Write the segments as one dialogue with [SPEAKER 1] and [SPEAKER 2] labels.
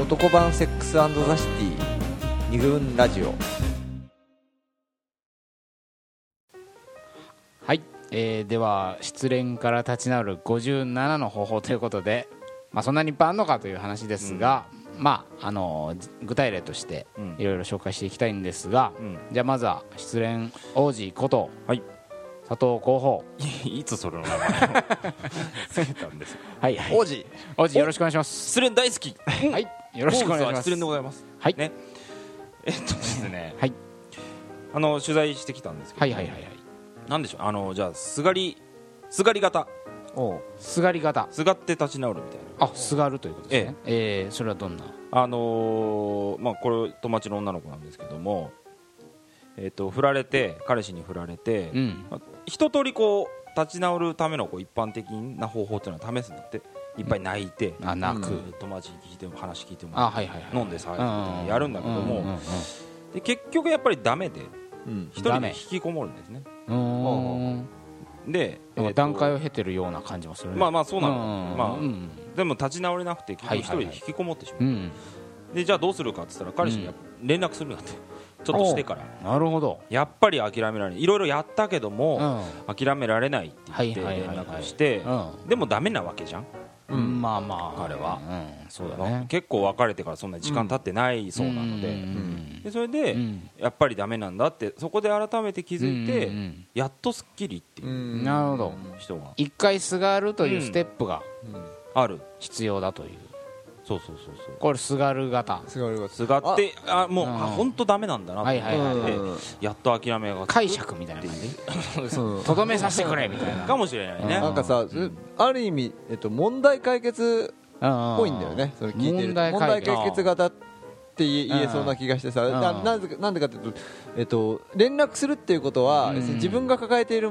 [SPEAKER 1] 男版セックスザシティ二軍ラジオ
[SPEAKER 2] はい、えーでは失恋から立ち直る57の方法ということで、まあ、そんなにいっぱいあるのかという話ですが、まああのじ具体例として
[SPEAKER 1] うん
[SPEAKER 2] いろいろ紹介していきたいんですが、
[SPEAKER 1] うん
[SPEAKER 2] じゃあまずは失恋王子こと、
[SPEAKER 3] はい
[SPEAKER 2] 佐藤候補
[SPEAKER 3] いいつそれの名前をつけたんですか
[SPEAKER 2] はいはい
[SPEAKER 1] 王子
[SPEAKER 2] 王子よろしくお願いします
[SPEAKER 3] 失恋大好き
[SPEAKER 2] はいよろしくお願いし
[SPEAKER 3] 坊主は
[SPEAKER 2] ま
[SPEAKER 3] 失
[SPEAKER 2] す
[SPEAKER 3] 恋でございます
[SPEAKER 2] はい
[SPEAKER 3] ねえっとですね
[SPEAKER 2] はい
[SPEAKER 3] あの取材してきたんですけど
[SPEAKER 2] はいはいはいはい
[SPEAKER 3] なんでしょうあのじゃあすがりすがり型
[SPEAKER 2] おすがり方
[SPEAKER 3] すがって立ち直るみたいな
[SPEAKER 2] あすがるということですねえーそれはどんな
[SPEAKER 3] あのーまあこれ友達の女の子なんですけどもえっと振られて彼氏に振られて、
[SPEAKER 2] うん
[SPEAKER 3] まあ一通りこう立ち直るためのこう一般的な方法っていうのは試すんだっていっぱい泣いて、
[SPEAKER 2] あ泣く、
[SPEAKER 3] うん友達に聞いても話聞いても
[SPEAKER 2] あはいはいはい
[SPEAKER 3] 飲んでさ
[SPEAKER 2] うん
[SPEAKER 3] やるんだけども
[SPEAKER 2] うんうんうん
[SPEAKER 3] で結局やっぱりダメで
[SPEAKER 1] うん
[SPEAKER 3] 一
[SPEAKER 2] ダ
[SPEAKER 3] 人
[SPEAKER 2] メ
[SPEAKER 3] で引きこもるんですね
[SPEAKER 2] うーん
[SPEAKER 3] で、
[SPEAKER 2] なん
[SPEAKER 3] えー
[SPEAKER 2] か
[SPEAKER 3] と
[SPEAKER 2] 段階を経てるような感じもするね
[SPEAKER 3] まあまあそうなの、
[SPEAKER 2] ん
[SPEAKER 3] まあ
[SPEAKER 2] うん
[SPEAKER 3] でも立ち直れなくて結
[SPEAKER 2] は
[SPEAKER 3] 局
[SPEAKER 2] い
[SPEAKER 3] 一
[SPEAKER 2] はい
[SPEAKER 3] 人
[SPEAKER 2] は
[SPEAKER 3] で
[SPEAKER 2] い
[SPEAKER 3] 引きこもってしまう、
[SPEAKER 2] うん
[SPEAKER 3] でじゃあどうするかって言ったら彼氏にやっぱ連絡するんだって、ちょっとしてから
[SPEAKER 2] なるほど
[SPEAKER 3] やっぱり諦められないいろいろやったけど
[SPEAKER 2] うん
[SPEAKER 3] も、諦められないって言って
[SPEAKER 2] はいはい
[SPEAKER 3] 連
[SPEAKER 2] はいはい
[SPEAKER 3] 絡して
[SPEAKER 2] う
[SPEAKER 3] でもダメなわけじゃん、
[SPEAKER 2] んまあまあ
[SPEAKER 3] 彼は
[SPEAKER 2] うんそうだね
[SPEAKER 3] 結構別れてからそんなに時間経ってないそうなので,、
[SPEAKER 2] ん
[SPEAKER 3] でそれで、
[SPEAKER 2] うん
[SPEAKER 3] やっぱりダメなんだってそこで改めて気づいて、
[SPEAKER 2] うんうん
[SPEAKER 3] やっとすっきりっていう
[SPEAKER 2] うんなるほど
[SPEAKER 3] 人が
[SPEAKER 2] 一回すがるというステップが
[SPEAKER 3] ある、
[SPEAKER 2] 必要だという
[SPEAKER 3] そうそうそうそう
[SPEAKER 2] これすがる型
[SPEAKER 1] すごい
[SPEAKER 3] すがってあもう
[SPEAKER 2] うん
[SPEAKER 3] あ本当ダメなんだなと
[SPEAKER 2] はいはいはい
[SPEAKER 3] 思ってやっと諦めがつく
[SPEAKER 2] 解釈みたいな感じ
[SPEAKER 1] うん
[SPEAKER 2] とどめさせてくれみたいな
[SPEAKER 3] かもしれないね
[SPEAKER 1] なんかさそれある意味えっと問題解決っ
[SPEAKER 2] ぽ
[SPEAKER 1] ぽいんだよねそれ聞いてる
[SPEAKER 2] 問題
[SPEAKER 1] 問
[SPEAKER 2] 解
[SPEAKER 1] 題
[SPEAKER 2] 決
[SPEAKER 1] 解決型って言え言えそうな気がしてさ
[SPEAKER 2] うん
[SPEAKER 1] ななぜかなんでかっていうとえっと連絡するっていうことは
[SPEAKER 2] うん
[SPEAKER 1] 要するに自分が抱えている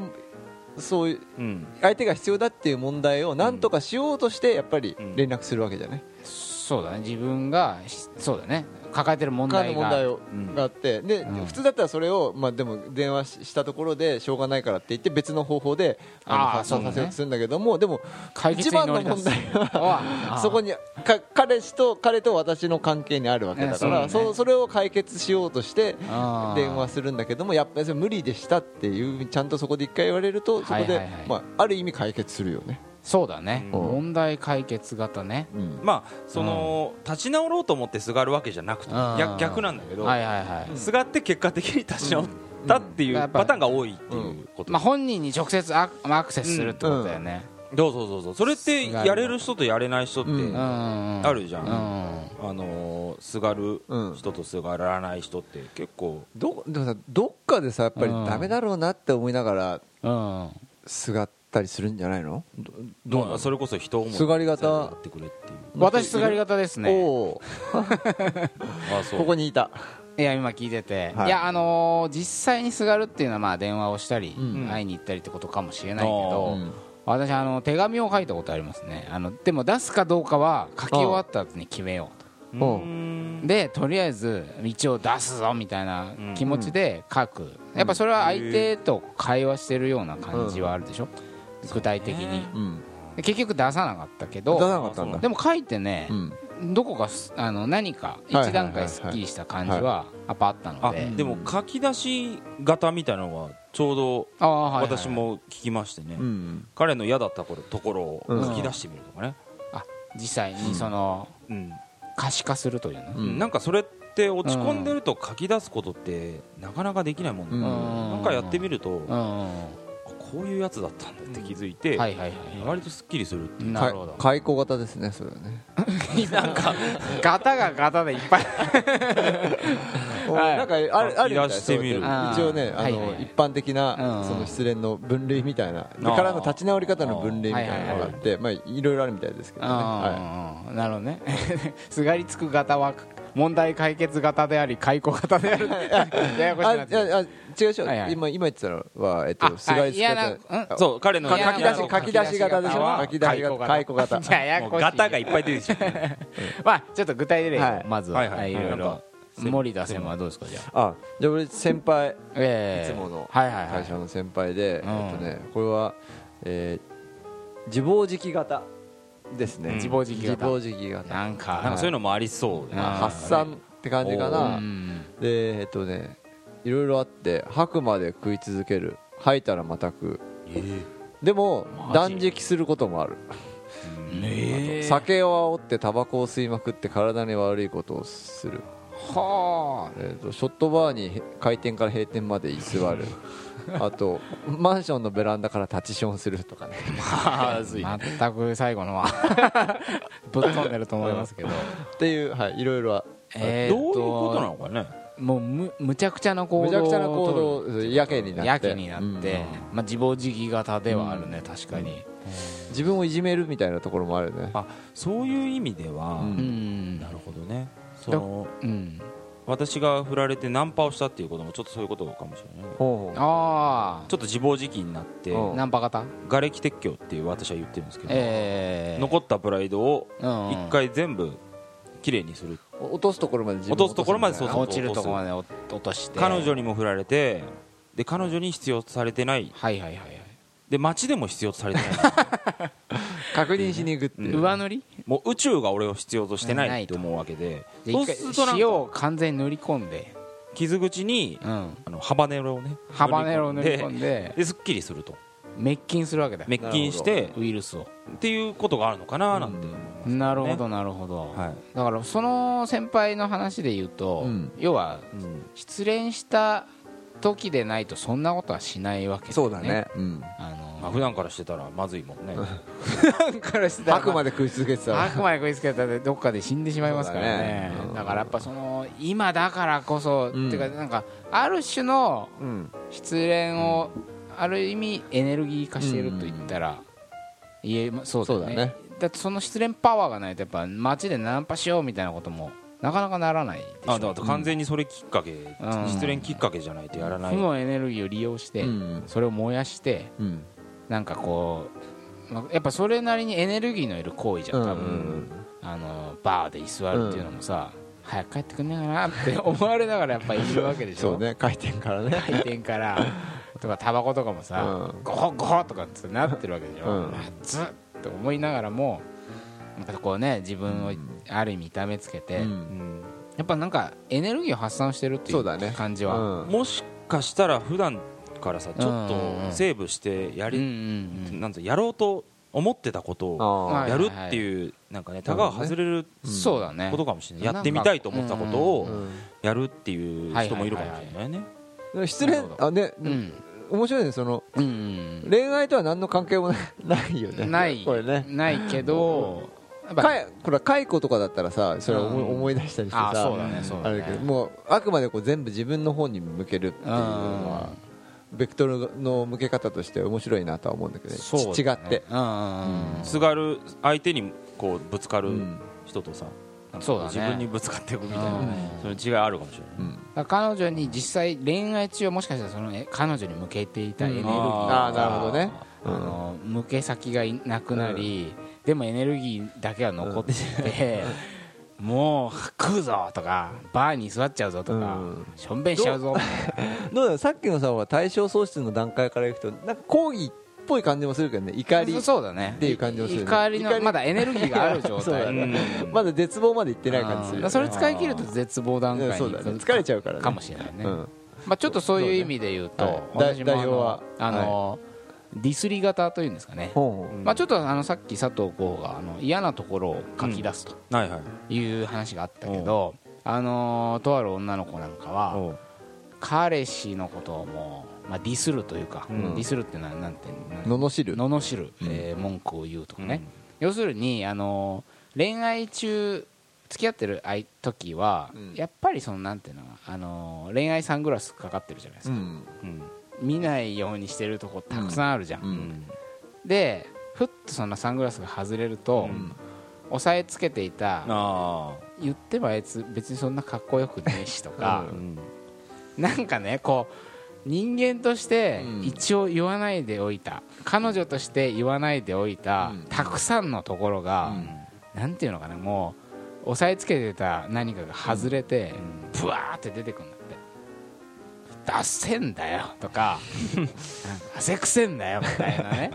[SPEAKER 1] そういう
[SPEAKER 3] うん
[SPEAKER 1] 相手が必要だっていう問題を何とかしようとしてやっぱり
[SPEAKER 3] うん
[SPEAKER 1] 連絡するわけじゃない
[SPEAKER 2] そうだね自分がしそうだね抱えてる問
[SPEAKER 1] 他の
[SPEAKER 2] 題
[SPEAKER 1] 問題
[SPEAKER 2] が
[SPEAKER 1] を
[SPEAKER 3] うん
[SPEAKER 1] があってで
[SPEAKER 2] うん
[SPEAKER 1] 普通だったらそれをまあでも電話ししたところでしょうがないからって言って別の方法であの
[SPEAKER 2] あー
[SPEAKER 1] 発散させ
[SPEAKER 2] そう
[SPEAKER 1] よう
[SPEAKER 2] ね
[SPEAKER 1] とするんだけどもでも
[SPEAKER 2] 解決
[SPEAKER 1] 一
[SPEAKER 2] に
[SPEAKER 1] 番
[SPEAKER 2] 乗
[SPEAKER 1] の
[SPEAKER 2] り出す
[SPEAKER 1] 問題 はそこ
[SPEAKER 2] に
[SPEAKER 1] にか彼氏と彼と私の関係にあるわけだから、
[SPEAKER 2] ええそう
[SPEAKER 1] そ
[SPEAKER 2] だね
[SPEAKER 1] うそれを解決しようとして
[SPEAKER 2] あー
[SPEAKER 1] 電話するんだけどもやっぱりそれ無理でしたっていうちゃんとそこで一回言われるとそこで、
[SPEAKER 2] はいはいはい
[SPEAKER 1] まあ、ある意味解決するよね、
[SPEAKER 2] そうだね、
[SPEAKER 3] うん
[SPEAKER 2] 問題解決型ね
[SPEAKER 1] うん
[SPEAKER 3] まあその立ち直ろうと思ってすがるわけじゃなくて
[SPEAKER 2] うん
[SPEAKER 3] 逆逆なんだけど
[SPEAKER 2] はいはいはい、
[SPEAKER 3] すがって結果的に立ち直ったってい
[SPEAKER 2] うんやっ
[SPEAKER 3] う
[SPEAKER 2] ぱ
[SPEAKER 3] パターンが多いっていうこと
[SPEAKER 2] まあ、本人に直接アクアクセスするってことだよね
[SPEAKER 3] そうそうそうそうそれってやれる人とやれない人って
[SPEAKER 1] うん
[SPEAKER 2] うん、うん
[SPEAKER 3] あるじゃ
[SPEAKER 2] うんん
[SPEAKER 3] あのーすがる
[SPEAKER 1] うん
[SPEAKER 3] 人とすがらない人って結構
[SPEAKER 1] どでもさどっかでさやっぱり
[SPEAKER 2] うん
[SPEAKER 1] ダメだろうなって思いながら
[SPEAKER 2] うん
[SPEAKER 1] すがったりするんじゃないのどどう
[SPEAKER 3] ま
[SPEAKER 1] な
[SPEAKER 3] あ
[SPEAKER 1] の
[SPEAKER 3] それこそ人を思い
[SPEAKER 1] すがり型
[SPEAKER 3] 最後やってくれっていう
[SPEAKER 2] 私すがり方ですね
[SPEAKER 1] おお
[SPEAKER 3] あそう
[SPEAKER 1] ここにいた
[SPEAKER 2] いや今聞いてて、
[SPEAKER 1] はい
[SPEAKER 2] い、やあのー実際にすがるっていうのはまあ電話をしたり、
[SPEAKER 1] うん
[SPEAKER 2] 会いに行ったりってことかもしれないけ
[SPEAKER 3] お
[SPEAKER 2] ど、
[SPEAKER 1] うん
[SPEAKER 2] 私あの手紙を書いたことありますねあのでも出すかどうかは書き終わった後に決めようと
[SPEAKER 3] う
[SPEAKER 1] おう
[SPEAKER 3] ーん
[SPEAKER 2] でとりあえず一応出すぞみたいな気持ちで書く、やっぱそれは相手と会話してるような感じはあるでしょ、具体的に、
[SPEAKER 1] うん
[SPEAKER 2] で結局出さなかったけ
[SPEAKER 1] 出さ
[SPEAKER 2] ど
[SPEAKER 1] なかったんだ
[SPEAKER 2] でも書いてね
[SPEAKER 1] う、ん
[SPEAKER 2] どこかすあの何か
[SPEAKER 1] いはいはいはい
[SPEAKER 2] 一段階すっきりした感じはやっぱあったので、
[SPEAKER 3] あ
[SPEAKER 2] あ
[SPEAKER 3] でも書き出し型みたいなのはちょうど
[SPEAKER 2] あはいはい
[SPEAKER 3] 私も聞きましてね、
[SPEAKER 1] うん
[SPEAKER 3] 彼の嫌だった頃ところを書き出してみるとかね、
[SPEAKER 2] 実際にその
[SPEAKER 3] うん
[SPEAKER 2] 可視化するというの、
[SPEAKER 1] うん
[SPEAKER 3] なんかそれって落ち込んでると書き出すことってなかなかできないもんだから、
[SPEAKER 2] うん
[SPEAKER 3] なんかやってみると、
[SPEAKER 2] う
[SPEAKER 3] あ
[SPEAKER 2] ん
[SPEAKER 3] こういうやつだったんだって気づいて、
[SPEAKER 2] はいはいはい
[SPEAKER 3] 割とすっきりするっていう
[SPEAKER 2] なるほど
[SPEAKER 1] 開口型ですねそれはね
[SPEAKER 2] なんか ガタがガタでいっぱいはい
[SPEAKER 1] なんかあるあるみたい
[SPEAKER 3] 出してみる
[SPEAKER 1] なそういう一応ね
[SPEAKER 2] あー
[SPEAKER 1] あ
[SPEAKER 2] はいはい
[SPEAKER 1] の
[SPEAKER 2] はい
[SPEAKER 1] 一般的
[SPEAKER 2] う
[SPEAKER 1] なんその失恋の分類みたいな
[SPEAKER 3] ー
[SPEAKER 1] からの立ち直り方の分類みたいなのがあってまあいろいろあるみたいですけどねは
[SPEAKER 2] ああ、なるほどね すがりつく型は問題解決型であり解雇型であ るややこ
[SPEAKER 1] い
[SPEAKER 2] し
[SPEAKER 1] あ
[SPEAKER 2] く
[SPEAKER 1] い
[SPEAKER 2] な
[SPEAKER 1] や
[SPEAKER 2] っ
[SPEAKER 1] い
[SPEAKER 2] ちゃう
[SPEAKER 1] や違うでしょ
[SPEAKER 2] はいはい
[SPEAKER 1] 今今言ってたのはえっ
[SPEAKER 2] あ
[SPEAKER 1] と菅井
[SPEAKER 2] いやなうん
[SPEAKER 1] あ
[SPEAKER 3] そう彼の
[SPEAKER 2] いや
[SPEAKER 1] 書き出し
[SPEAKER 2] そう
[SPEAKER 1] 書き出し型でしょ
[SPEAKER 3] は
[SPEAKER 1] 書き出し型開
[SPEAKER 2] 解
[SPEAKER 1] 口
[SPEAKER 2] 雇
[SPEAKER 1] 型
[SPEAKER 2] やや
[SPEAKER 3] も
[SPEAKER 2] こ
[SPEAKER 3] う
[SPEAKER 2] しい
[SPEAKER 3] ガタがいっぱい出てき ちゃう
[SPEAKER 2] まあちょっと具体例を
[SPEAKER 1] はい
[SPEAKER 2] まずは
[SPEAKER 3] はいいはいはい
[SPEAKER 2] ろい
[SPEAKER 3] なん
[SPEAKER 2] ろ
[SPEAKER 3] か
[SPEAKER 2] 森田専務はどうですかじゃあ
[SPEAKER 1] あじゃあ俺先輩い
[SPEAKER 2] え
[SPEAKER 1] つ
[SPEAKER 2] え
[SPEAKER 1] もの
[SPEAKER 2] はいはいは
[SPEAKER 1] 会社
[SPEAKER 2] い
[SPEAKER 1] の先輩で
[SPEAKER 2] うん
[SPEAKER 1] えっとねこれはえー自暴自棄型ですね、
[SPEAKER 3] うん
[SPEAKER 2] 自暴自棄
[SPEAKER 1] 自
[SPEAKER 2] 型
[SPEAKER 1] 暴自棄型
[SPEAKER 2] なんか
[SPEAKER 3] なんかそういうのもありそうだ
[SPEAKER 1] まあ
[SPEAKER 2] あー
[SPEAKER 1] 発散って感じか
[SPEAKER 3] お
[SPEAKER 1] な、
[SPEAKER 2] うん
[SPEAKER 1] でえっとねいろいろあって吐くまで食い続ける吐いたらまた食うでも
[SPEAKER 2] マジ
[SPEAKER 1] 断食することもある、
[SPEAKER 2] えー
[SPEAKER 1] 酒を煽ってタバコを吸いまくって体に悪いことをする、
[SPEAKER 2] は
[SPEAKER 1] えっとショットバーに開店から閉店まで居座 るあとマンションのベランダから立ちションするとかね
[SPEAKER 3] ま ずい
[SPEAKER 2] あ全く最後のは ぶっ飛んでると思いま すけど
[SPEAKER 1] っていう、はい、いろいろは
[SPEAKER 2] えー
[SPEAKER 3] どういう
[SPEAKER 2] と
[SPEAKER 3] ことなのかね
[SPEAKER 2] もうむむちゃくちゃな行動を
[SPEAKER 1] むちゃくちゃな行動そうやけになって
[SPEAKER 2] やけになって、
[SPEAKER 1] うん
[SPEAKER 2] まあ、自暴自棄型ではあるね、確かに、
[SPEAKER 1] 自分をいじめるみたいなところもあるね
[SPEAKER 3] あそういう意味では、
[SPEAKER 1] うん
[SPEAKER 2] うん
[SPEAKER 3] なるほどねその
[SPEAKER 2] うん、
[SPEAKER 3] 私が振られてナンパをしたっていうこともちょっとそういうことかもしれないね
[SPEAKER 1] ほう
[SPEAKER 2] あ
[SPEAKER 3] ちょっと自暴自棄になって
[SPEAKER 1] うん
[SPEAKER 2] あナンパ型
[SPEAKER 3] 瓦礫撤去っていう私は言ってるんですけど、
[SPEAKER 2] ええ
[SPEAKER 3] 残ったプライドを
[SPEAKER 2] うん
[SPEAKER 3] 一回全部きれいにする
[SPEAKER 1] ほう落とすところまで自分を
[SPEAKER 3] 落とすところまで
[SPEAKER 1] 落とすみたいな
[SPEAKER 3] そう
[SPEAKER 2] 落ちるとこまで落落として
[SPEAKER 3] 彼女
[SPEAKER 2] に
[SPEAKER 3] にも振られてで彼女に必要とされてない
[SPEAKER 2] はいはいはいはい
[SPEAKER 3] で街でも必要とされてない
[SPEAKER 1] 確認しに行くっていう、
[SPEAKER 2] 上塗り
[SPEAKER 3] もう宇宙が俺を必要としてないって思うわけで
[SPEAKER 2] で
[SPEAKER 3] そう
[SPEAKER 2] 一
[SPEAKER 3] すると
[SPEAKER 2] 回
[SPEAKER 3] なん
[SPEAKER 2] 塩
[SPEAKER 3] か
[SPEAKER 2] を完全に塗り込んで、
[SPEAKER 3] 傷口に
[SPEAKER 2] うん、
[SPEAKER 3] あのハバネロをね
[SPEAKER 2] ハバネロを塗り
[SPEAKER 3] で
[SPEAKER 2] 込んで
[SPEAKER 3] ですっきりすると
[SPEAKER 2] 滅菌するわけだよ
[SPEAKER 3] 滅菌して
[SPEAKER 2] ウイルスを
[SPEAKER 3] っていうことがあるのかななんて、
[SPEAKER 2] なるほどなるほど、
[SPEAKER 3] はい
[SPEAKER 2] だからその先輩の話で言うと、
[SPEAKER 1] うん
[SPEAKER 2] 要は
[SPEAKER 3] うん
[SPEAKER 2] 失恋した時でないとそんなことはしないわけだよね
[SPEAKER 1] そうだね、うん、
[SPEAKER 2] あ
[SPEAKER 3] まあ、
[SPEAKER 2] の
[SPEAKER 3] 普段からしてたらまずいも んね
[SPEAKER 2] からした
[SPEAKER 1] あくまで食い続けてたら
[SPEAKER 2] 悪魔に食いつけたらどっかで死んでしまいますからね
[SPEAKER 1] そうだ
[SPEAKER 2] だ
[SPEAKER 1] ね
[SPEAKER 2] からやっぱその今だからこそ、
[SPEAKER 1] うん
[SPEAKER 2] っていうかなんかある種の
[SPEAKER 1] うん
[SPEAKER 2] 失恋をある意味エネルギー化していると言ったら言えまそうだよね
[SPEAKER 1] そうだね
[SPEAKER 2] ってその失恋パワーがないとやっぱ街でナンパしようみたいなこともなかなかならないでし
[SPEAKER 3] あ
[SPEAKER 2] ょ
[SPEAKER 3] だから完全にそれきっかけ、失恋きっかけじゃないとやらない、
[SPEAKER 2] 負のエネルギーを利用して、
[SPEAKER 1] うん
[SPEAKER 2] それを燃やして
[SPEAKER 1] うん
[SPEAKER 2] なんかこう、まあやっぱそれなりにエネルギーのいる行為じゃん多分、あのバーで居座るっていうのもさ、早く帰ってくんねえかなって 思われながらやっぱいるわけでしょ
[SPEAKER 1] そうね回転からね
[SPEAKER 2] 回転 からとかタバコとかもさ、
[SPEAKER 1] うん
[SPEAKER 2] ゴホゴホとかってなってるわけでしょ、
[SPEAKER 1] うん
[SPEAKER 2] ずっと思いながらもなんかこうね自分をある意味痛めつけて、
[SPEAKER 1] うん
[SPEAKER 3] うん
[SPEAKER 2] やっぱなんかエネルギーを発散してるってい
[SPEAKER 1] そうだね
[SPEAKER 2] う感じ
[SPEAKER 1] う
[SPEAKER 2] は
[SPEAKER 1] ん
[SPEAKER 3] もしかしたら普段からさちょっとセーブしてや
[SPEAKER 2] うんうん
[SPEAKER 3] り、
[SPEAKER 2] うん
[SPEAKER 3] なんつうやろうと思ってたことを
[SPEAKER 1] あ
[SPEAKER 2] はい
[SPEAKER 1] あ
[SPEAKER 3] やるっていうなんかねたが外れる
[SPEAKER 2] そうだね
[SPEAKER 3] ことかもしれない
[SPEAKER 2] なんか
[SPEAKER 3] やってみたいと思ったこと
[SPEAKER 2] う
[SPEAKER 3] を
[SPEAKER 1] うん
[SPEAKER 3] やるっていう人もいるかもしれないね
[SPEAKER 1] でも失恋
[SPEAKER 2] なるほど
[SPEAKER 1] あね
[SPEAKER 2] うん
[SPEAKER 1] 面白いねその
[SPEAKER 2] うんうん
[SPEAKER 1] 恋愛とは何の関係もないないよね
[SPEAKER 2] ない
[SPEAKER 1] これね
[SPEAKER 2] ないけどやっぱ
[SPEAKER 1] かいこれは解雇とかだったらさそれを思い
[SPEAKER 2] うん
[SPEAKER 1] 思い出したりして
[SPEAKER 2] あー
[SPEAKER 1] さ
[SPEAKER 2] そうだねそうだ
[SPEAKER 1] あ
[SPEAKER 2] ね
[SPEAKER 1] れだけどもうあくまでこう全部自分の方に向けるっていうのはベクトルの向け方として面白いなとは思うんだけどね
[SPEAKER 2] そうだね
[SPEAKER 1] ち違って
[SPEAKER 2] うんうんうん
[SPEAKER 3] すがる相手にこうぶつか
[SPEAKER 1] う
[SPEAKER 3] る
[SPEAKER 1] ん
[SPEAKER 3] 人とさなんかこ
[SPEAKER 2] そうだね
[SPEAKER 3] 自分にぶつかっていくみたいな
[SPEAKER 2] うん
[SPEAKER 3] その違いあるかもしれない
[SPEAKER 1] うん
[SPEAKER 2] だから彼女に実際恋愛中はもしかしたらそのえ彼女に向けていたエネルギーが、
[SPEAKER 1] ああなるほどね
[SPEAKER 2] あの向け先がいなくなり、でもエネルギーだけは残ってて、もう食うぞとかバーに座っちゃうぞとか、
[SPEAKER 1] うん
[SPEAKER 2] しょんべんしちゃうぞ
[SPEAKER 1] どうだろうさっきのさほら対象喪失の段階からいくとなんか抗議っぽい感じもするけどね怒り
[SPEAKER 2] そうそうだね
[SPEAKER 1] っていう感じもするね
[SPEAKER 2] 怒りの
[SPEAKER 1] 怒り
[SPEAKER 2] まだエネルギーがある状
[SPEAKER 1] そうだ
[SPEAKER 2] 態
[SPEAKER 1] ね
[SPEAKER 3] うん
[SPEAKER 1] まだ絶望までいってない感じ
[SPEAKER 2] う
[SPEAKER 1] する
[SPEAKER 2] ん
[SPEAKER 1] よ
[SPEAKER 2] だから
[SPEAKER 1] ね
[SPEAKER 2] それ使い切ると絶望段階
[SPEAKER 1] うん
[SPEAKER 2] に
[SPEAKER 1] そう
[SPEAKER 2] 行
[SPEAKER 1] だ
[SPEAKER 2] く
[SPEAKER 1] ね疲れちゃうからね
[SPEAKER 2] かもしれないね、
[SPEAKER 1] うん
[SPEAKER 2] まあ、ちょっとそういう意味で言うと、
[SPEAKER 1] そうねはい
[SPEAKER 2] 私もあの
[SPEAKER 1] 代表は
[SPEAKER 2] あの、ディスり型というんですかね、
[SPEAKER 1] ほうほ
[SPEAKER 2] まあ、ちょっとあのさっき佐藤剛があの嫌なところを書き出すと
[SPEAKER 3] はいはい
[SPEAKER 2] いう話があったけど、あのーとある女の子なんかは
[SPEAKER 3] おう
[SPEAKER 2] 彼氏のことをもう、まあ、ディスるというか、
[SPEAKER 3] うん
[SPEAKER 2] ディスるっていうのはなんて
[SPEAKER 1] う罵る
[SPEAKER 2] 罵る、えー文句を言うとかね、
[SPEAKER 3] うん
[SPEAKER 2] 要するに、あのー恋愛中付き合ってる相時は、
[SPEAKER 1] うん
[SPEAKER 2] やっぱりそのなんていうの、あのー恋愛サングラスかかってるじゃないです
[SPEAKER 1] う
[SPEAKER 2] か、
[SPEAKER 1] ん
[SPEAKER 3] うん
[SPEAKER 2] 見ないようにしてるとこたくさんあるじゃん、
[SPEAKER 1] う
[SPEAKER 3] うんん
[SPEAKER 2] でふっとそのサングラスが外れると、
[SPEAKER 3] うん
[SPEAKER 2] 押さえつけていた
[SPEAKER 3] あ
[SPEAKER 2] 言ってもあいつ別にそんなかっこよくねえしと
[SPEAKER 3] あ、
[SPEAKER 2] か
[SPEAKER 3] うん
[SPEAKER 2] なんかねこう人間として
[SPEAKER 1] うん
[SPEAKER 2] 一応言わないでおいた、彼女として言わないでおいた、
[SPEAKER 1] うん
[SPEAKER 2] たくさんのところが、なんていうのかなもう押さえつけてた何かが外れて、ブワーって出てくるんだって「出せんだよ」と か「なんか汗くせんだよ」みたいなね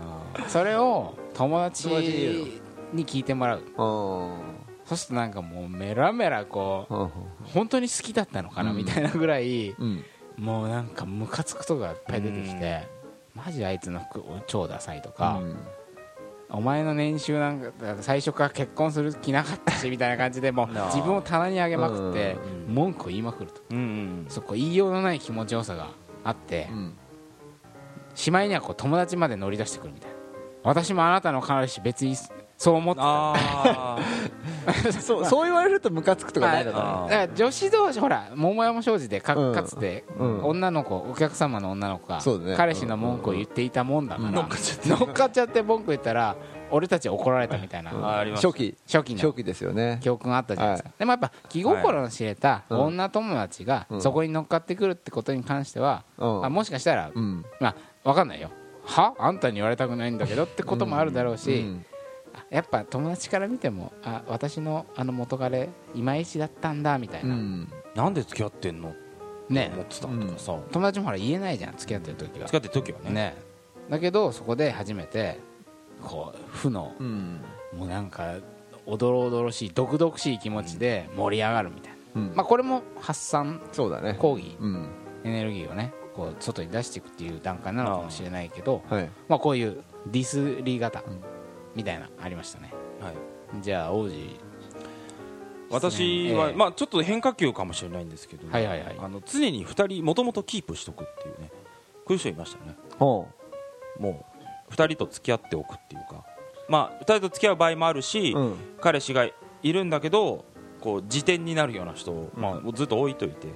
[SPEAKER 2] それを友達
[SPEAKER 1] 友達に言う
[SPEAKER 2] に聞いてもらうそうするとなんかもうメラメラこう本当に好きだったのかなみたいなぐらい
[SPEAKER 1] うん
[SPEAKER 2] もうなんかムカつくとこがいっぱい出てきてマジあいつの服超ダサいとか
[SPEAKER 1] うん
[SPEAKER 2] お前の年収なんかだから最初から結婚する気なかったしみたいな感じでもう
[SPEAKER 3] なあ
[SPEAKER 2] 自分を棚に上げまくって
[SPEAKER 3] うん
[SPEAKER 2] 文句を言いまくると
[SPEAKER 3] うんうん
[SPEAKER 2] そこ言いようのない気持ちよさがあって
[SPEAKER 1] うん
[SPEAKER 2] しまいにはこう友達まで乗り出してくるみたいな私もあなたの彼氏別にそう思ってた
[SPEAKER 3] あ
[SPEAKER 1] そうそう言われるとムカつくとかないのかな
[SPEAKER 3] あ
[SPEAKER 2] だから女子同士ほら桃山商事でか
[SPEAKER 1] うん
[SPEAKER 2] かつて
[SPEAKER 1] うん
[SPEAKER 2] 女の子お客様の女の子が
[SPEAKER 1] そうだね
[SPEAKER 2] 彼氏の文句を言っていたもんだから
[SPEAKER 1] うん
[SPEAKER 2] 乗っかっちゃって乗っかっちゃって文句言ったら俺たち怒られたみたい
[SPEAKER 3] ー
[SPEAKER 2] な
[SPEAKER 3] あーあります
[SPEAKER 1] 初期
[SPEAKER 2] 初期の
[SPEAKER 1] 初期ですよね
[SPEAKER 2] 教訓があったじゃないですか、
[SPEAKER 1] は
[SPEAKER 2] でもやっぱ気心の知れた
[SPEAKER 1] はいうん
[SPEAKER 2] 女友達が
[SPEAKER 1] うん
[SPEAKER 2] そこに乗っかってくるってことに関しては、
[SPEAKER 1] うん
[SPEAKER 2] あもしかしたら、
[SPEAKER 1] うん
[SPEAKER 2] まあ分かんないよはあんたに言われたくないんだけどってこともあるだろうし、
[SPEAKER 1] うん
[SPEAKER 2] あやっぱ友達から見てもあ私のあの元彼いまいちだったんだみたいうな、
[SPEAKER 1] ん
[SPEAKER 3] なんで付き合ってんの
[SPEAKER 2] ね
[SPEAKER 3] 思ってたのとかさ
[SPEAKER 2] 友達もほら言えないじゃん付き合ってる時は
[SPEAKER 3] 付き合ってる時はね
[SPEAKER 2] ねだけどそこで初めてこう負の
[SPEAKER 1] うん
[SPEAKER 2] もうなんかおどろおどろしい毒々しい気持ちで盛り上がるみたいな、
[SPEAKER 1] うん
[SPEAKER 2] まあこれも発散
[SPEAKER 1] そうだね
[SPEAKER 2] 抗議
[SPEAKER 1] うん
[SPEAKER 2] エネルギーをねこう外に出していくっていう段階なのかもしれないけど
[SPEAKER 1] はい
[SPEAKER 2] まあ、こういうディスり型
[SPEAKER 1] ん
[SPEAKER 2] みたいなのありましたね
[SPEAKER 3] はい
[SPEAKER 2] じゃあ王子
[SPEAKER 3] 私
[SPEAKER 2] え
[SPEAKER 3] は
[SPEAKER 2] え
[SPEAKER 3] まあちょっと変化球かもしれないんですけど
[SPEAKER 2] はいはいはい
[SPEAKER 3] あの常に2人もともとキープしとくっていうねこういう人いましたよね
[SPEAKER 1] ほ
[SPEAKER 3] もう2人と付き合っておくっていうかまあ2人と付き合う場合もあるし、
[SPEAKER 1] ううん
[SPEAKER 3] 彼氏がいるんだけどこう辞典になるような人を、まあ、ずっと置いといて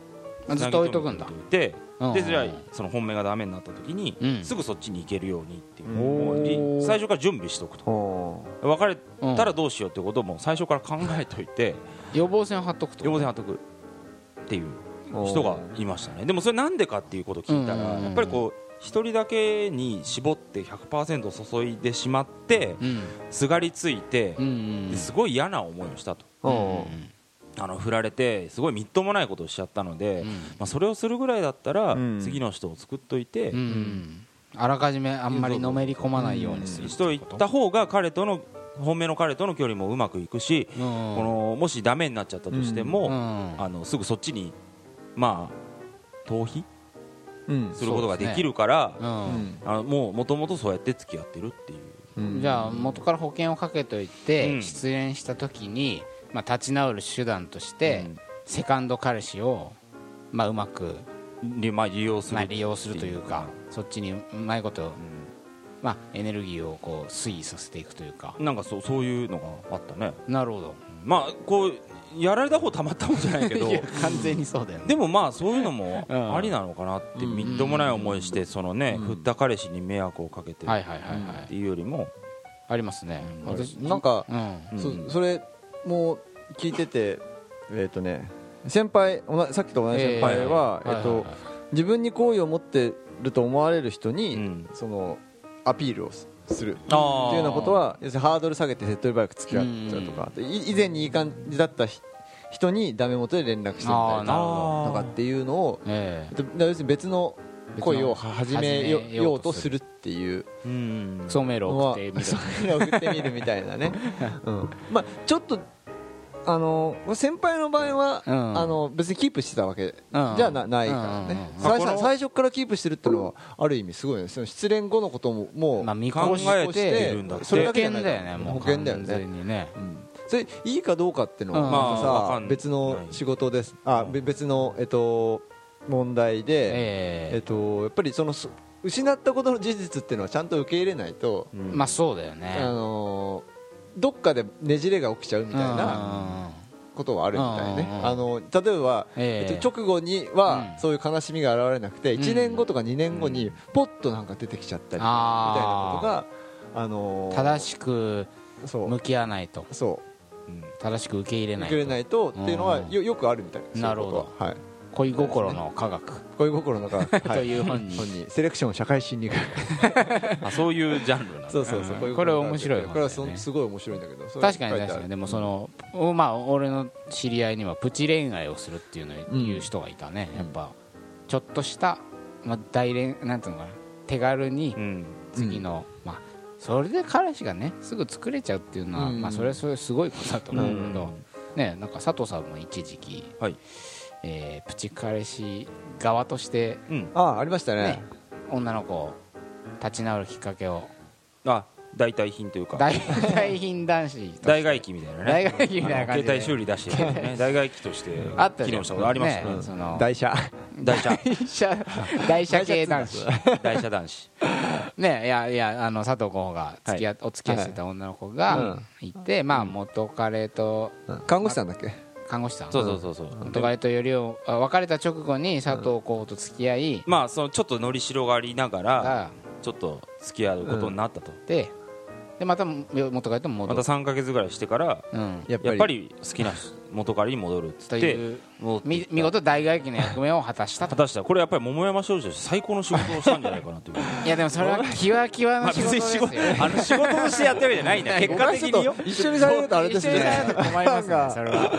[SPEAKER 2] あずっと置いとくんだ
[SPEAKER 3] つなぎ止めて
[SPEAKER 2] うん
[SPEAKER 3] おいてでじゃあその本命がダメになった時に、
[SPEAKER 2] うん
[SPEAKER 3] すぐそっちに行けるようにっていう,
[SPEAKER 1] うん
[SPEAKER 3] もう、り最初から準備しておくと
[SPEAKER 1] ほ
[SPEAKER 3] 別れ
[SPEAKER 2] うん
[SPEAKER 3] たらどうしようってことも最初から考えといて
[SPEAKER 2] 予防線を張っとくと
[SPEAKER 3] 予防線張っとくっていう
[SPEAKER 1] う
[SPEAKER 3] 人がいましたねでもそれなんでかっていうことを聞いた
[SPEAKER 2] うんうん
[SPEAKER 3] ら
[SPEAKER 2] うん
[SPEAKER 3] やっぱりこう一人だけに絞って100%注いでしまって
[SPEAKER 2] うん
[SPEAKER 3] すがりついて
[SPEAKER 2] うんうん
[SPEAKER 3] ですごい嫌な思いをしたと
[SPEAKER 1] う
[SPEAKER 2] うんん
[SPEAKER 3] あの振られてすごいみっともないことをしちゃったので
[SPEAKER 2] うん
[SPEAKER 3] まあそれをするぐらいだったら
[SPEAKER 1] うん
[SPEAKER 3] 次の人を作っといて
[SPEAKER 2] うんうんあらかじめあんまりのめり込まないようにする
[SPEAKER 3] しといた方が彼との本命の彼との距離もうまくいくし
[SPEAKER 2] こ
[SPEAKER 3] このもしダメになっちゃったとして
[SPEAKER 2] う
[SPEAKER 3] も
[SPEAKER 2] ん
[SPEAKER 3] あのすぐそっちにまあ逃避
[SPEAKER 1] うん
[SPEAKER 3] することができるからあのもうもともとそうやって付き合ってるっていう
[SPEAKER 2] うんじゃあ元から保険をかけといて
[SPEAKER 3] うん
[SPEAKER 2] 失恋した時にまあ立ち直る手段として
[SPEAKER 3] うん
[SPEAKER 2] セカンド彼氏をまあうまく
[SPEAKER 3] りまあ利用する
[SPEAKER 2] まあ、利用するというかそっちにうまいこと、まあ、エネルギーをこう推移させていくというか
[SPEAKER 3] なんかそうそういうのがあったね
[SPEAKER 2] なるほど
[SPEAKER 3] まあこうやられた方たまったもんじゃないけ ど
[SPEAKER 2] 完全にそうだよね
[SPEAKER 3] でもまあそういうのも
[SPEAKER 2] うん
[SPEAKER 3] ありなのかなって
[SPEAKER 1] うん
[SPEAKER 3] みっともない思いしてそのね
[SPEAKER 1] うん
[SPEAKER 3] 振った彼氏に迷惑をかけて
[SPEAKER 2] は
[SPEAKER 3] っ
[SPEAKER 2] いはいはいはい、
[SPEAKER 3] ていうよりも
[SPEAKER 2] ありますね、
[SPEAKER 3] うん
[SPEAKER 2] 私
[SPEAKER 1] なんか
[SPEAKER 2] うん
[SPEAKER 3] うん
[SPEAKER 1] そそれも聞いててえっとね先輩おなさっきと同じ先輩はえっと自分に好意を持ってると思われる人
[SPEAKER 3] う
[SPEAKER 1] に
[SPEAKER 3] ん
[SPEAKER 1] そのアピールをすする
[SPEAKER 3] あ
[SPEAKER 1] っ
[SPEAKER 3] ー
[SPEAKER 1] ていうようなことは要するにハードル下げて手っ取り早く付き合っちゃうとかい以前にいい感じだったひ人にダメ元で連絡してみた
[SPEAKER 2] あー
[SPEAKER 1] い
[SPEAKER 2] な
[SPEAKER 1] な
[SPEAKER 2] る
[SPEAKER 3] ほど
[SPEAKER 1] とかっていうのを
[SPEAKER 2] ええ
[SPEAKER 1] だから要するに別の恋をは
[SPEAKER 2] 別
[SPEAKER 1] 始
[SPEAKER 2] の
[SPEAKER 1] めよ
[SPEAKER 2] 始めよ
[SPEAKER 1] よ
[SPEAKER 2] う
[SPEAKER 1] う
[SPEAKER 2] と
[SPEAKER 1] と
[SPEAKER 2] す
[SPEAKER 1] す
[SPEAKER 2] る
[SPEAKER 1] るっていう
[SPEAKER 3] うん
[SPEAKER 2] クソメールを
[SPEAKER 1] の
[SPEAKER 2] 送
[SPEAKER 1] は
[SPEAKER 2] って みる
[SPEAKER 1] そういうのを送ってみるみたいなね、うんまあ、ちょっとあの先輩の場合は、
[SPEAKER 2] うん
[SPEAKER 1] あの別にキープしてたわけ
[SPEAKER 2] うん
[SPEAKER 1] じゃなないからね、
[SPEAKER 2] うん
[SPEAKER 1] 最
[SPEAKER 3] まあこの
[SPEAKER 1] 初最初からキープしてるってのはある意味すごいよねその失恋後のことももう、
[SPEAKER 2] まあ見越
[SPEAKER 3] 考
[SPEAKER 2] し
[SPEAKER 3] え
[SPEAKER 2] て
[SPEAKER 3] ているんだって
[SPEAKER 1] それ
[SPEAKER 2] 保
[SPEAKER 1] だけじゃ
[SPEAKER 2] 険
[SPEAKER 1] ない
[SPEAKER 2] だよねもう
[SPEAKER 1] 保険だよ
[SPEAKER 2] 完
[SPEAKER 1] ね
[SPEAKER 2] 全にね
[SPEAKER 1] うんそれいいかどうかってのは、
[SPEAKER 2] うん
[SPEAKER 1] なんか
[SPEAKER 3] まあわ
[SPEAKER 1] さ
[SPEAKER 3] かんない
[SPEAKER 1] 別の仕事ですあべ別の、えっと、問題で、
[SPEAKER 2] え
[SPEAKER 1] えっと、やっぱりそのす失ったことの事実っていうのはちゃんと受け入れないと、
[SPEAKER 2] えまあそうだよね
[SPEAKER 1] あのーどっかでねじれが起きちゃうみたいな
[SPEAKER 2] な
[SPEAKER 1] ことはあるみたいね、
[SPEAKER 2] うん
[SPEAKER 1] あの例えば、
[SPEAKER 2] ええ
[SPEAKER 1] えっと、直後に
[SPEAKER 2] う
[SPEAKER 1] は
[SPEAKER 2] ん
[SPEAKER 1] そういう悲しみが現れなくて、
[SPEAKER 2] うん
[SPEAKER 1] 1年後とか2年後にポッとなんか出てきちゃったりみたいなことが、あのー
[SPEAKER 2] 正しく
[SPEAKER 1] そう
[SPEAKER 2] 向き合わないと
[SPEAKER 1] そ
[SPEAKER 2] 正しく受け入
[SPEAKER 1] う
[SPEAKER 2] れな
[SPEAKER 1] 受
[SPEAKER 2] い
[SPEAKER 1] け
[SPEAKER 2] と
[SPEAKER 1] 入れないとっていうのは
[SPEAKER 2] うん
[SPEAKER 1] よよくあるみたいです
[SPEAKER 2] なるほど
[SPEAKER 1] そういうことははい、
[SPEAKER 2] 恋心の科学
[SPEAKER 1] 恋心 のが、
[SPEAKER 2] という本に
[SPEAKER 1] 本にセレクション社会心理学
[SPEAKER 3] あそういうジャンルなんだ
[SPEAKER 1] そうそうそう、
[SPEAKER 2] うん
[SPEAKER 1] 恋心の科学
[SPEAKER 2] これ面白い本だよね
[SPEAKER 1] これはそすごい面白いんだけどそれ
[SPEAKER 2] 確かに
[SPEAKER 1] 書い
[SPEAKER 2] 確
[SPEAKER 1] てあ
[SPEAKER 2] か
[SPEAKER 1] る
[SPEAKER 2] にでもその、おまあ俺の知り合いにはプチ恋愛をするっていうのを
[SPEAKER 1] うん
[SPEAKER 2] 言う人がいたね、やっぱちょっとした、まあ、大恋なんていうのかな手軽に
[SPEAKER 3] うん
[SPEAKER 2] 次の、まあそれで彼氏がねすぐ作れちゃうっていうのは、
[SPEAKER 1] うん
[SPEAKER 2] まあ、それはそれすごいことだと思うけど、
[SPEAKER 3] うん
[SPEAKER 2] ね、なんか佐藤さんも一時期、
[SPEAKER 3] はい
[SPEAKER 2] えープチ彼氏側として、
[SPEAKER 3] うん
[SPEAKER 1] ああありましたね
[SPEAKER 2] ね女の子を立ち直るきっかけを
[SPEAKER 3] あ代替品というか
[SPEAKER 2] 大大品男子と
[SPEAKER 3] 代替機みたいなね
[SPEAKER 2] 大外機みたいな感
[SPEAKER 3] 携
[SPEAKER 2] じで
[SPEAKER 3] 帯修理出してるね代替機として
[SPEAKER 2] あった
[SPEAKER 3] 機
[SPEAKER 2] じゃん
[SPEAKER 3] 能したことありましたね
[SPEAKER 2] ねその
[SPEAKER 1] 台車
[SPEAKER 3] 台 車
[SPEAKER 2] 台車台車系男子
[SPEAKER 3] 台車男子
[SPEAKER 2] ねいやいやあの佐藤候補が付き合、お付き合いしてた女の子がいて、まあ元彼と
[SPEAKER 1] うん看護師さんだっけ
[SPEAKER 2] 看護師さん
[SPEAKER 3] そうそうそうそう
[SPEAKER 2] 元彼とよりをあ別れた直後に佐藤候補と付き合い
[SPEAKER 3] まあそのちょっとのりしろがありながら
[SPEAKER 2] が
[SPEAKER 3] ちょっと付き合うことになったと
[SPEAKER 2] ででまた元彼と戻
[SPEAKER 3] また
[SPEAKER 2] る、
[SPEAKER 3] 3か月ぐらいしてから
[SPEAKER 2] うん、
[SPEAKER 1] やっ
[SPEAKER 3] やっ
[SPEAKER 1] ぱ
[SPEAKER 3] ぱ
[SPEAKER 1] り
[SPEAKER 3] り好きな人元彼に戻るっつ
[SPEAKER 2] と
[SPEAKER 3] って
[SPEAKER 2] いう
[SPEAKER 3] 戻ってき
[SPEAKER 2] み
[SPEAKER 3] た
[SPEAKER 2] 見事大外機の役目を果たした
[SPEAKER 3] 果
[SPEAKER 2] と
[SPEAKER 3] たしたこれやっぱり桃山商事として最高の仕事をしたんじゃないかな という
[SPEAKER 2] いやでもそれはキワキワ
[SPEAKER 3] ま
[SPEAKER 2] の
[SPEAKER 3] あ
[SPEAKER 2] 仕事ですよ、
[SPEAKER 3] あの仕事としてやってるわけじゃ ないんだ結果的によ
[SPEAKER 1] 一緒にされるとあれで
[SPEAKER 2] 一
[SPEAKER 1] す
[SPEAKER 2] 緒にされ
[SPEAKER 1] ね
[SPEAKER 2] ると困りますねそれは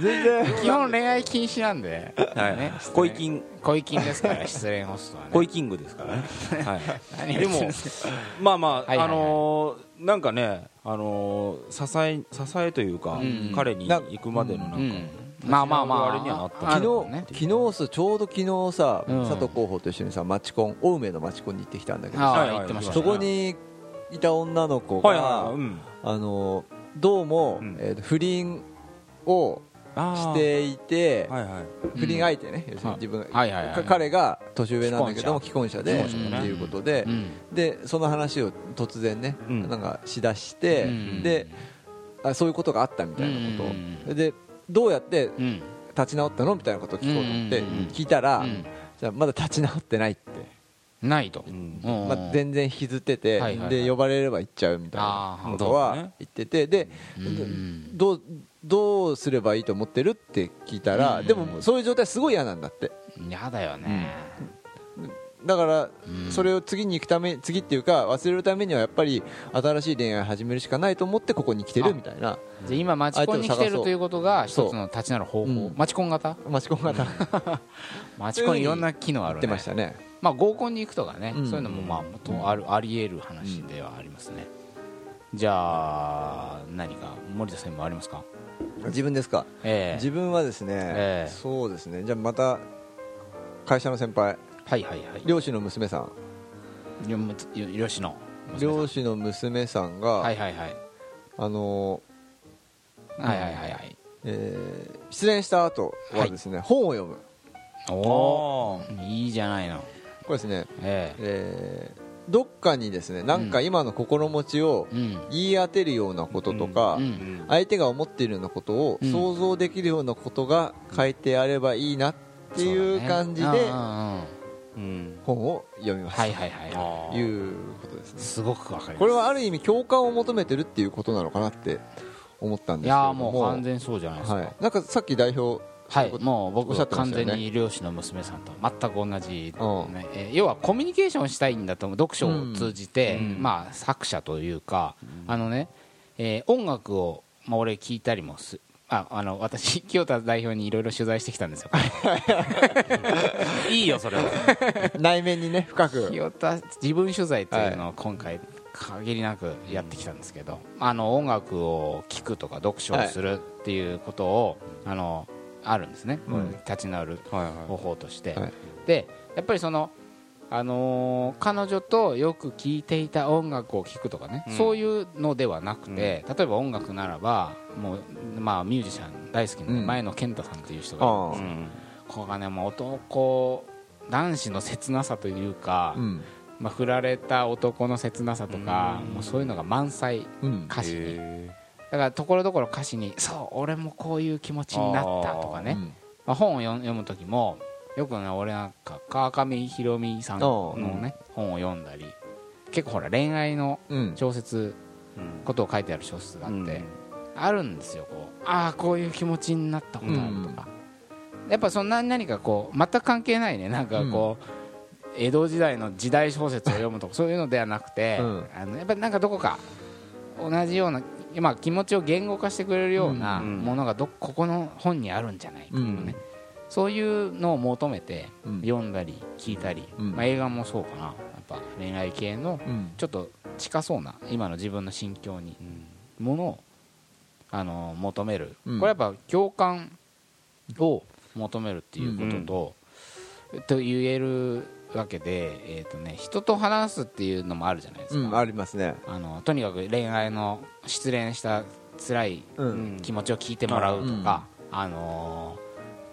[SPEAKER 1] 全然
[SPEAKER 2] 基本恋愛禁止なんで、
[SPEAKER 3] はい
[SPEAKER 2] ね
[SPEAKER 3] 恋金
[SPEAKER 2] 恋禁ですから失恋ホストはね
[SPEAKER 3] 恋キングです からねはい
[SPEAKER 2] 何 を
[SPEAKER 3] で
[SPEAKER 2] 言ってる
[SPEAKER 3] も
[SPEAKER 2] んすか、
[SPEAKER 3] まあま
[SPEAKER 2] はいはいは
[SPEAKER 3] あ、
[SPEAKER 2] い
[SPEAKER 3] あのーなんかね、あのー支え、支えというか
[SPEAKER 2] うん、
[SPEAKER 3] 彼に行くまでのな
[SPEAKER 2] うん
[SPEAKER 3] か。
[SPEAKER 2] ん、まあまあまあ
[SPEAKER 3] あれにはなった
[SPEAKER 2] あ
[SPEAKER 1] 昨
[SPEAKER 2] るよ
[SPEAKER 1] 日、
[SPEAKER 2] ね
[SPEAKER 1] 昨日すちょうど昨日さ、
[SPEAKER 2] うん
[SPEAKER 1] 佐藤候補と一緒にさ町コン青梅の町コンに行ってきたんだけど
[SPEAKER 2] あ
[SPEAKER 1] さ
[SPEAKER 2] あ言ってましたね
[SPEAKER 1] そこにいた女の子が、
[SPEAKER 3] はいはいはい、うん、
[SPEAKER 1] あのどうも、
[SPEAKER 3] うん
[SPEAKER 1] えーと不倫を
[SPEAKER 3] あ
[SPEAKER 1] し
[SPEAKER 3] ー、
[SPEAKER 1] ていて、
[SPEAKER 3] はいはい、
[SPEAKER 1] 不倫相手ね、要するに自分が、
[SPEAKER 2] はいはいはい
[SPEAKER 1] か彼が年上なんだけども既
[SPEAKER 2] 既
[SPEAKER 1] 婚者で
[SPEAKER 2] 既婚者
[SPEAKER 1] っ
[SPEAKER 2] だね
[SPEAKER 1] ていうことで,、
[SPEAKER 2] うん
[SPEAKER 1] でその話を突然ね、
[SPEAKER 3] うん
[SPEAKER 1] なんかしだして、
[SPEAKER 2] うん
[SPEAKER 1] であそういうことがあったみたいなことを、
[SPEAKER 2] うん
[SPEAKER 1] でどうやって
[SPEAKER 2] うん
[SPEAKER 1] 立ち直ったのみたいなことを聞こうと思って
[SPEAKER 2] うんうんうん
[SPEAKER 1] 聞いたら、
[SPEAKER 2] うん
[SPEAKER 1] じゃあまだ立ち直ってないって、
[SPEAKER 2] ないと、
[SPEAKER 3] うん
[SPEAKER 2] うん
[SPEAKER 1] まあ、全然引きずってて、
[SPEAKER 2] はいはいはい
[SPEAKER 1] で呼ばれれば行っちゃうみたいな
[SPEAKER 2] あー
[SPEAKER 1] こと
[SPEAKER 3] そうだ
[SPEAKER 1] は
[SPEAKER 3] ね
[SPEAKER 1] 言っててで、
[SPEAKER 2] うん
[SPEAKER 1] どうどうすればいいと思ってるって聞いたら、
[SPEAKER 2] うん
[SPEAKER 1] でもそういう状態すごい嫌なんだって
[SPEAKER 2] やだよね、
[SPEAKER 1] だから
[SPEAKER 2] うん
[SPEAKER 1] それを次に行くため次っていうか忘れるためにはやっぱり新しい恋愛を始めるしかないと思ってここに来てるみたいな
[SPEAKER 2] じゃあ今マチコンに来て
[SPEAKER 1] 相手を探そ
[SPEAKER 2] る
[SPEAKER 1] う
[SPEAKER 2] ということが
[SPEAKER 1] そう
[SPEAKER 2] 一つの立ちなる方法、
[SPEAKER 1] うん
[SPEAKER 2] マチコン型
[SPEAKER 1] マチコン型
[SPEAKER 2] マチコンいろんな機能あ
[SPEAKER 1] 言
[SPEAKER 2] るね
[SPEAKER 1] ってましたね
[SPEAKER 2] まあ、合コンに行くとかね、
[SPEAKER 1] うん
[SPEAKER 2] そういうのもまあ元あるあり得る話ではありますね、じゃあ何か森田さんもありますか
[SPEAKER 1] 自分ですか
[SPEAKER 2] ええ
[SPEAKER 1] 自分はですね、
[SPEAKER 2] ええ
[SPEAKER 1] そうですねじゃあまた会社の先輩
[SPEAKER 2] はいはいはい
[SPEAKER 1] 漁師の娘さん
[SPEAKER 2] よむつよよしの娘さん
[SPEAKER 1] 漁師の娘さんが、
[SPEAKER 2] はいはいはい
[SPEAKER 1] あの
[SPEAKER 2] はいはいはいはい
[SPEAKER 1] ーえー失恋した後はですね、本を読む
[SPEAKER 2] おお
[SPEAKER 3] おー
[SPEAKER 2] いいじゃないの
[SPEAKER 1] これですね、
[SPEAKER 2] え
[SPEAKER 1] えーどっかにですねなんか今の心持ちを
[SPEAKER 2] えうん
[SPEAKER 1] 言い当てるようなこととか、
[SPEAKER 3] う
[SPEAKER 2] う
[SPEAKER 3] んん
[SPEAKER 1] 相手が思っているようなことを
[SPEAKER 2] うん
[SPEAKER 1] 想像できるようなことが書いてあればいいなっていう感じ
[SPEAKER 2] そうだね
[SPEAKER 1] で
[SPEAKER 2] うんうんうん
[SPEAKER 3] うん、
[SPEAKER 1] 本を読みます、
[SPEAKER 2] はいはいはいは
[SPEAKER 1] ということですね
[SPEAKER 2] いすごくわかります
[SPEAKER 1] これはある意味共感を求めてるっていうことなのかなって思ったん
[SPEAKER 2] い
[SPEAKER 1] ですけれ
[SPEAKER 2] や
[SPEAKER 1] ど
[SPEAKER 2] ーも
[SPEAKER 1] も
[SPEAKER 2] う完全にそうじゃないですか
[SPEAKER 1] はい、なんかさっき代表
[SPEAKER 2] はい
[SPEAKER 1] そういうこと
[SPEAKER 2] もう
[SPEAKER 1] おっ
[SPEAKER 2] 僕
[SPEAKER 1] しゃ
[SPEAKER 2] は
[SPEAKER 1] ってま
[SPEAKER 2] 完
[SPEAKER 1] したよ
[SPEAKER 2] 全
[SPEAKER 1] ね
[SPEAKER 2] に漁師の娘さんと全く同じ、ね
[SPEAKER 1] うん
[SPEAKER 2] えー要はコミュニケーションしたいんだと思う読書を通じて、
[SPEAKER 3] うん
[SPEAKER 2] まあ、作者というか、あのね、えー音楽を、まあ、俺聞いたりもすああの私清田代表にいろいろ取材してきたんですよ
[SPEAKER 3] いいよそれは
[SPEAKER 1] 内面にね深く
[SPEAKER 2] 清田自分取材というのを今回限りなくやってきたんですけど、あの音楽を聴くとか読書をするっていうことを、あのあるんですね、
[SPEAKER 1] うん
[SPEAKER 2] 立ち直る
[SPEAKER 3] はいは
[SPEAKER 2] 方法として、
[SPEAKER 1] はい
[SPEAKER 2] でやっぱりその、あのー彼女とよく聴いていた音楽を聴くとかね、
[SPEAKER 3] うん
[SPEAKER 2] そういうのではなくて、例えば音楽ならばもう、まあ、ミュージシャン大好きなね、
[SPEAKER 1] うん
[SPEAKER 2] 前野健太さんという人がいる
[SPEAKER 1] あ
[SPEAKER 3] い、う
[SPEAKER 1] ー
[SPEAKER 3] ん、
[SPEAKER 2] ここがねもう男男子の切なさというか、
[SPEAKER 1] うん
[SPEAKER 2] まあ、振られた男の切なさとか、
[SPEAKER 3] うん
[SPEAKER 2] もうそういうのが満載
[SPEAKER 1] うん
[SPEAKER 2] 歌詞に。
[SPEAKER 3] へ
[SPEAKER 2] だからところどころ歌詞に「そう俺もこういう気持ちになった」とかね、
[SPEAKER 1] うん
[SPEAKER 2] まあ、本を読む時もよくね俺なんか川上弘美さんのね、本を読んだり結構ほら恋愛の
[SPEAKER 1] うん
[SPEAKER 2] 小説
[SPEAKER 3] ーうん
[SPEAKER 2] ことを書いてある小説があって、
[SPEAKER 3] うん
[SPEAKER 2] あるんですよこうああこういう気持ちになったことあるとか、やっぱそんな何かこう全く関係ないねなんかこう、江戸時代の時代小説を読むとかそういうのではなくて、
[SPEAKER 1] うん
[SPEAKER 2] あのやっぱりなんかどこか同じような、まあ、気持ちを言語化してくれるような
[SPEAKER 3] うんうん
[SPEAKER 2] ものがどここの本にあるんじゃないかとかね、
[SPEAKER 1] うん
[SPEAKER 2] そういうのを求めて
[SPEAKER 1] うん
[SPEAKER 2] 読んだり聞いたり、
[SPEAKER 1] うん
[SPEAKER 2] まあ、映画もそうかなやっぱ恋愛系の
[SPEAKER 1] うん
[SPEAKER 2] ちょっと近そうな今の自分の心境にものをあの求める、
[SPEAKER 1] うん
[SPEAKER 2] これやっぱ共感を求めるっていうことと、と言えるわけで、えーとね、人と話すっていうのもあるじゃないですか、
[SPEAKER 1] うん、ありますね
[SPEAKER 2] あのとにかく恋愛の失恋した辛い
[SPEAKER 1] うん、
[SPEAKER 3] うん
[SPEAKER 2] 気持ちを聞いてもらうとか、あのー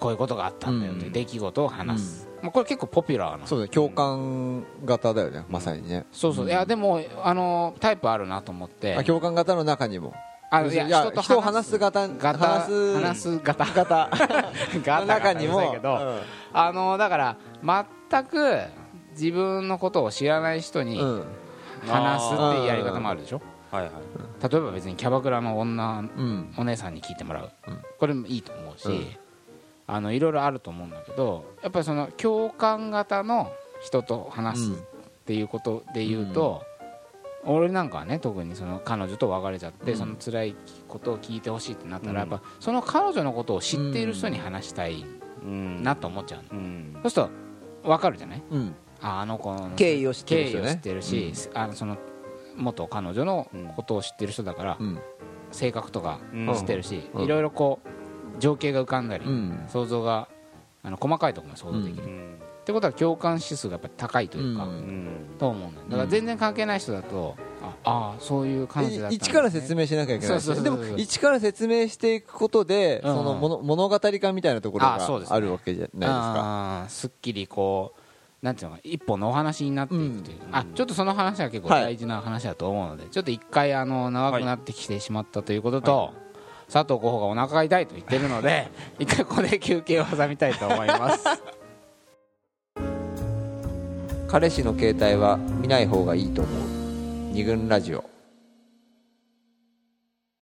[SPEAKER 2] こういうことがあったんだよといううん出来事を話す、まあ、これ結構ポピュラーな
[SPEAKER 1] そうだね共感型だよねまさにね、
[SPEAKER 2] そうそういやでも、あのータイプあるなと思って
[SPEAKER 1] あ共感型の中にも
[SPEAKER 2] あいや人と
[SPEAKER 1] 人を話す型
[SPEAKER 2] 型
[SPEAKER 1] 話す
[SPEAKER 2] 話す型
[SPEAKER 1] 型
[SPEAKER 2] ガ
[SPEAKER 1] の
[SPEAKER 2] タガタ
[SPEAKER 1] 中
[SPEAKER 2] う
[SPEAKER 1] に
[SPEAKER 2] る
[SPEAKER 1] も
[SPEAKER 2] さいけど、あのーだから全く自分のことを知らない人
[SPEAKER 1] う
[SPEAKER 2] に
[SPEAKER 1] んうん
[SPEAKER 2] 話すっていうやり方もあるでしょ
[SPEAKER 3] はいはい
[SPEAKER 2] 例えば別にキャバクラの女
[SPEAKER 1] うん
[SPEAKER 2] お姉さんに聞いてもらう、
[SPEAKER 1] うん
[SPEAKER 2] これもいいと思うし、
[SPEAKER 1] うん
[SPEAKER 2] あのいろいろあると思うんだけどやっぱりその共感型の人と話すっていうことで言うと、俺なんかはね特にその彼女と別れちゃって、
[SPEAKER 1] うん
[SPEAKER 2] その辛いことを聞いてほしいってなったら、
[SPEAKER 3] うん
[SPEAKER 2] やっぱその彼女のことを知っている人に話したい
[SPEAKER 3] うん
[SPEAKER 2] なと思っちゃうの、
[SPEAKER 3] うん
[SPEAKER 2] そうすると分かるじゃない
[SPEAKER 1] うん
[SPEAKER 2] ああの子の
[SPEAKER 1] 敬意を知ってる人ね
[SPEAKER 2] 経緯を知ってるし、あのその元彼女のことを知ってる人だから、
[SPEAKER 1] うん
[SPEAKER 2] 性格とか
[SPEAKER 3] うん
[SPEAKER 2] してるし、
[SPEAKER 1] うん
[SPEAKER 2] いろいろこう情景が浮かんだり、
[SPEAKER 1] うん
[SPEAKER 2] 想像があの細かいところが想像できる、
[SPEAKER 3] う
[SPEAKER 2] っ
[SPEAKER 3] ん
[SPEAKER 2] てことは共感指数がやっぱり高いというか、
[SPEAKER 1] うん
[SPEAKER 3] うん
[SPEAKER 2] と思うんだよだから全然関係ない人だと、ああーそういう感じだったん
[SPEAKER 1] い
[SPEAKER 2] ですね
[SPEAKER 1] 一から説明しなきゃいけないし
[SPEAKER 2] そうそう
[SPEAKER 1] で
[SPEAKER 2] そう
[SPEAKER 1] も一から説明していくことで、
[SPEAKER 2] うん
[SPEAKER 1] その物物語化みたいなところ
[SPEAKER 2] あそう
[SPEAKER 1] が
[SPEAKER 2] ですね
[SPEAKER 1] あるわけじゃないですか
[SPEAKER 2] あーすっきりこうなんていうのか一本のお話になっていくという、
[SPEAKER 3] ん
[SPEAKER 2] あちょっとその話は結構大事な話だと思うので、ちょっと一回あの長くなってきてしまったということと、佐藤候補がお腹が痛いと言ってるので一回ここで休憩を挟みたいと思います
[SPEAKER 1] 彼氏の携帯は見ない方がいいと思う二軍ラジオ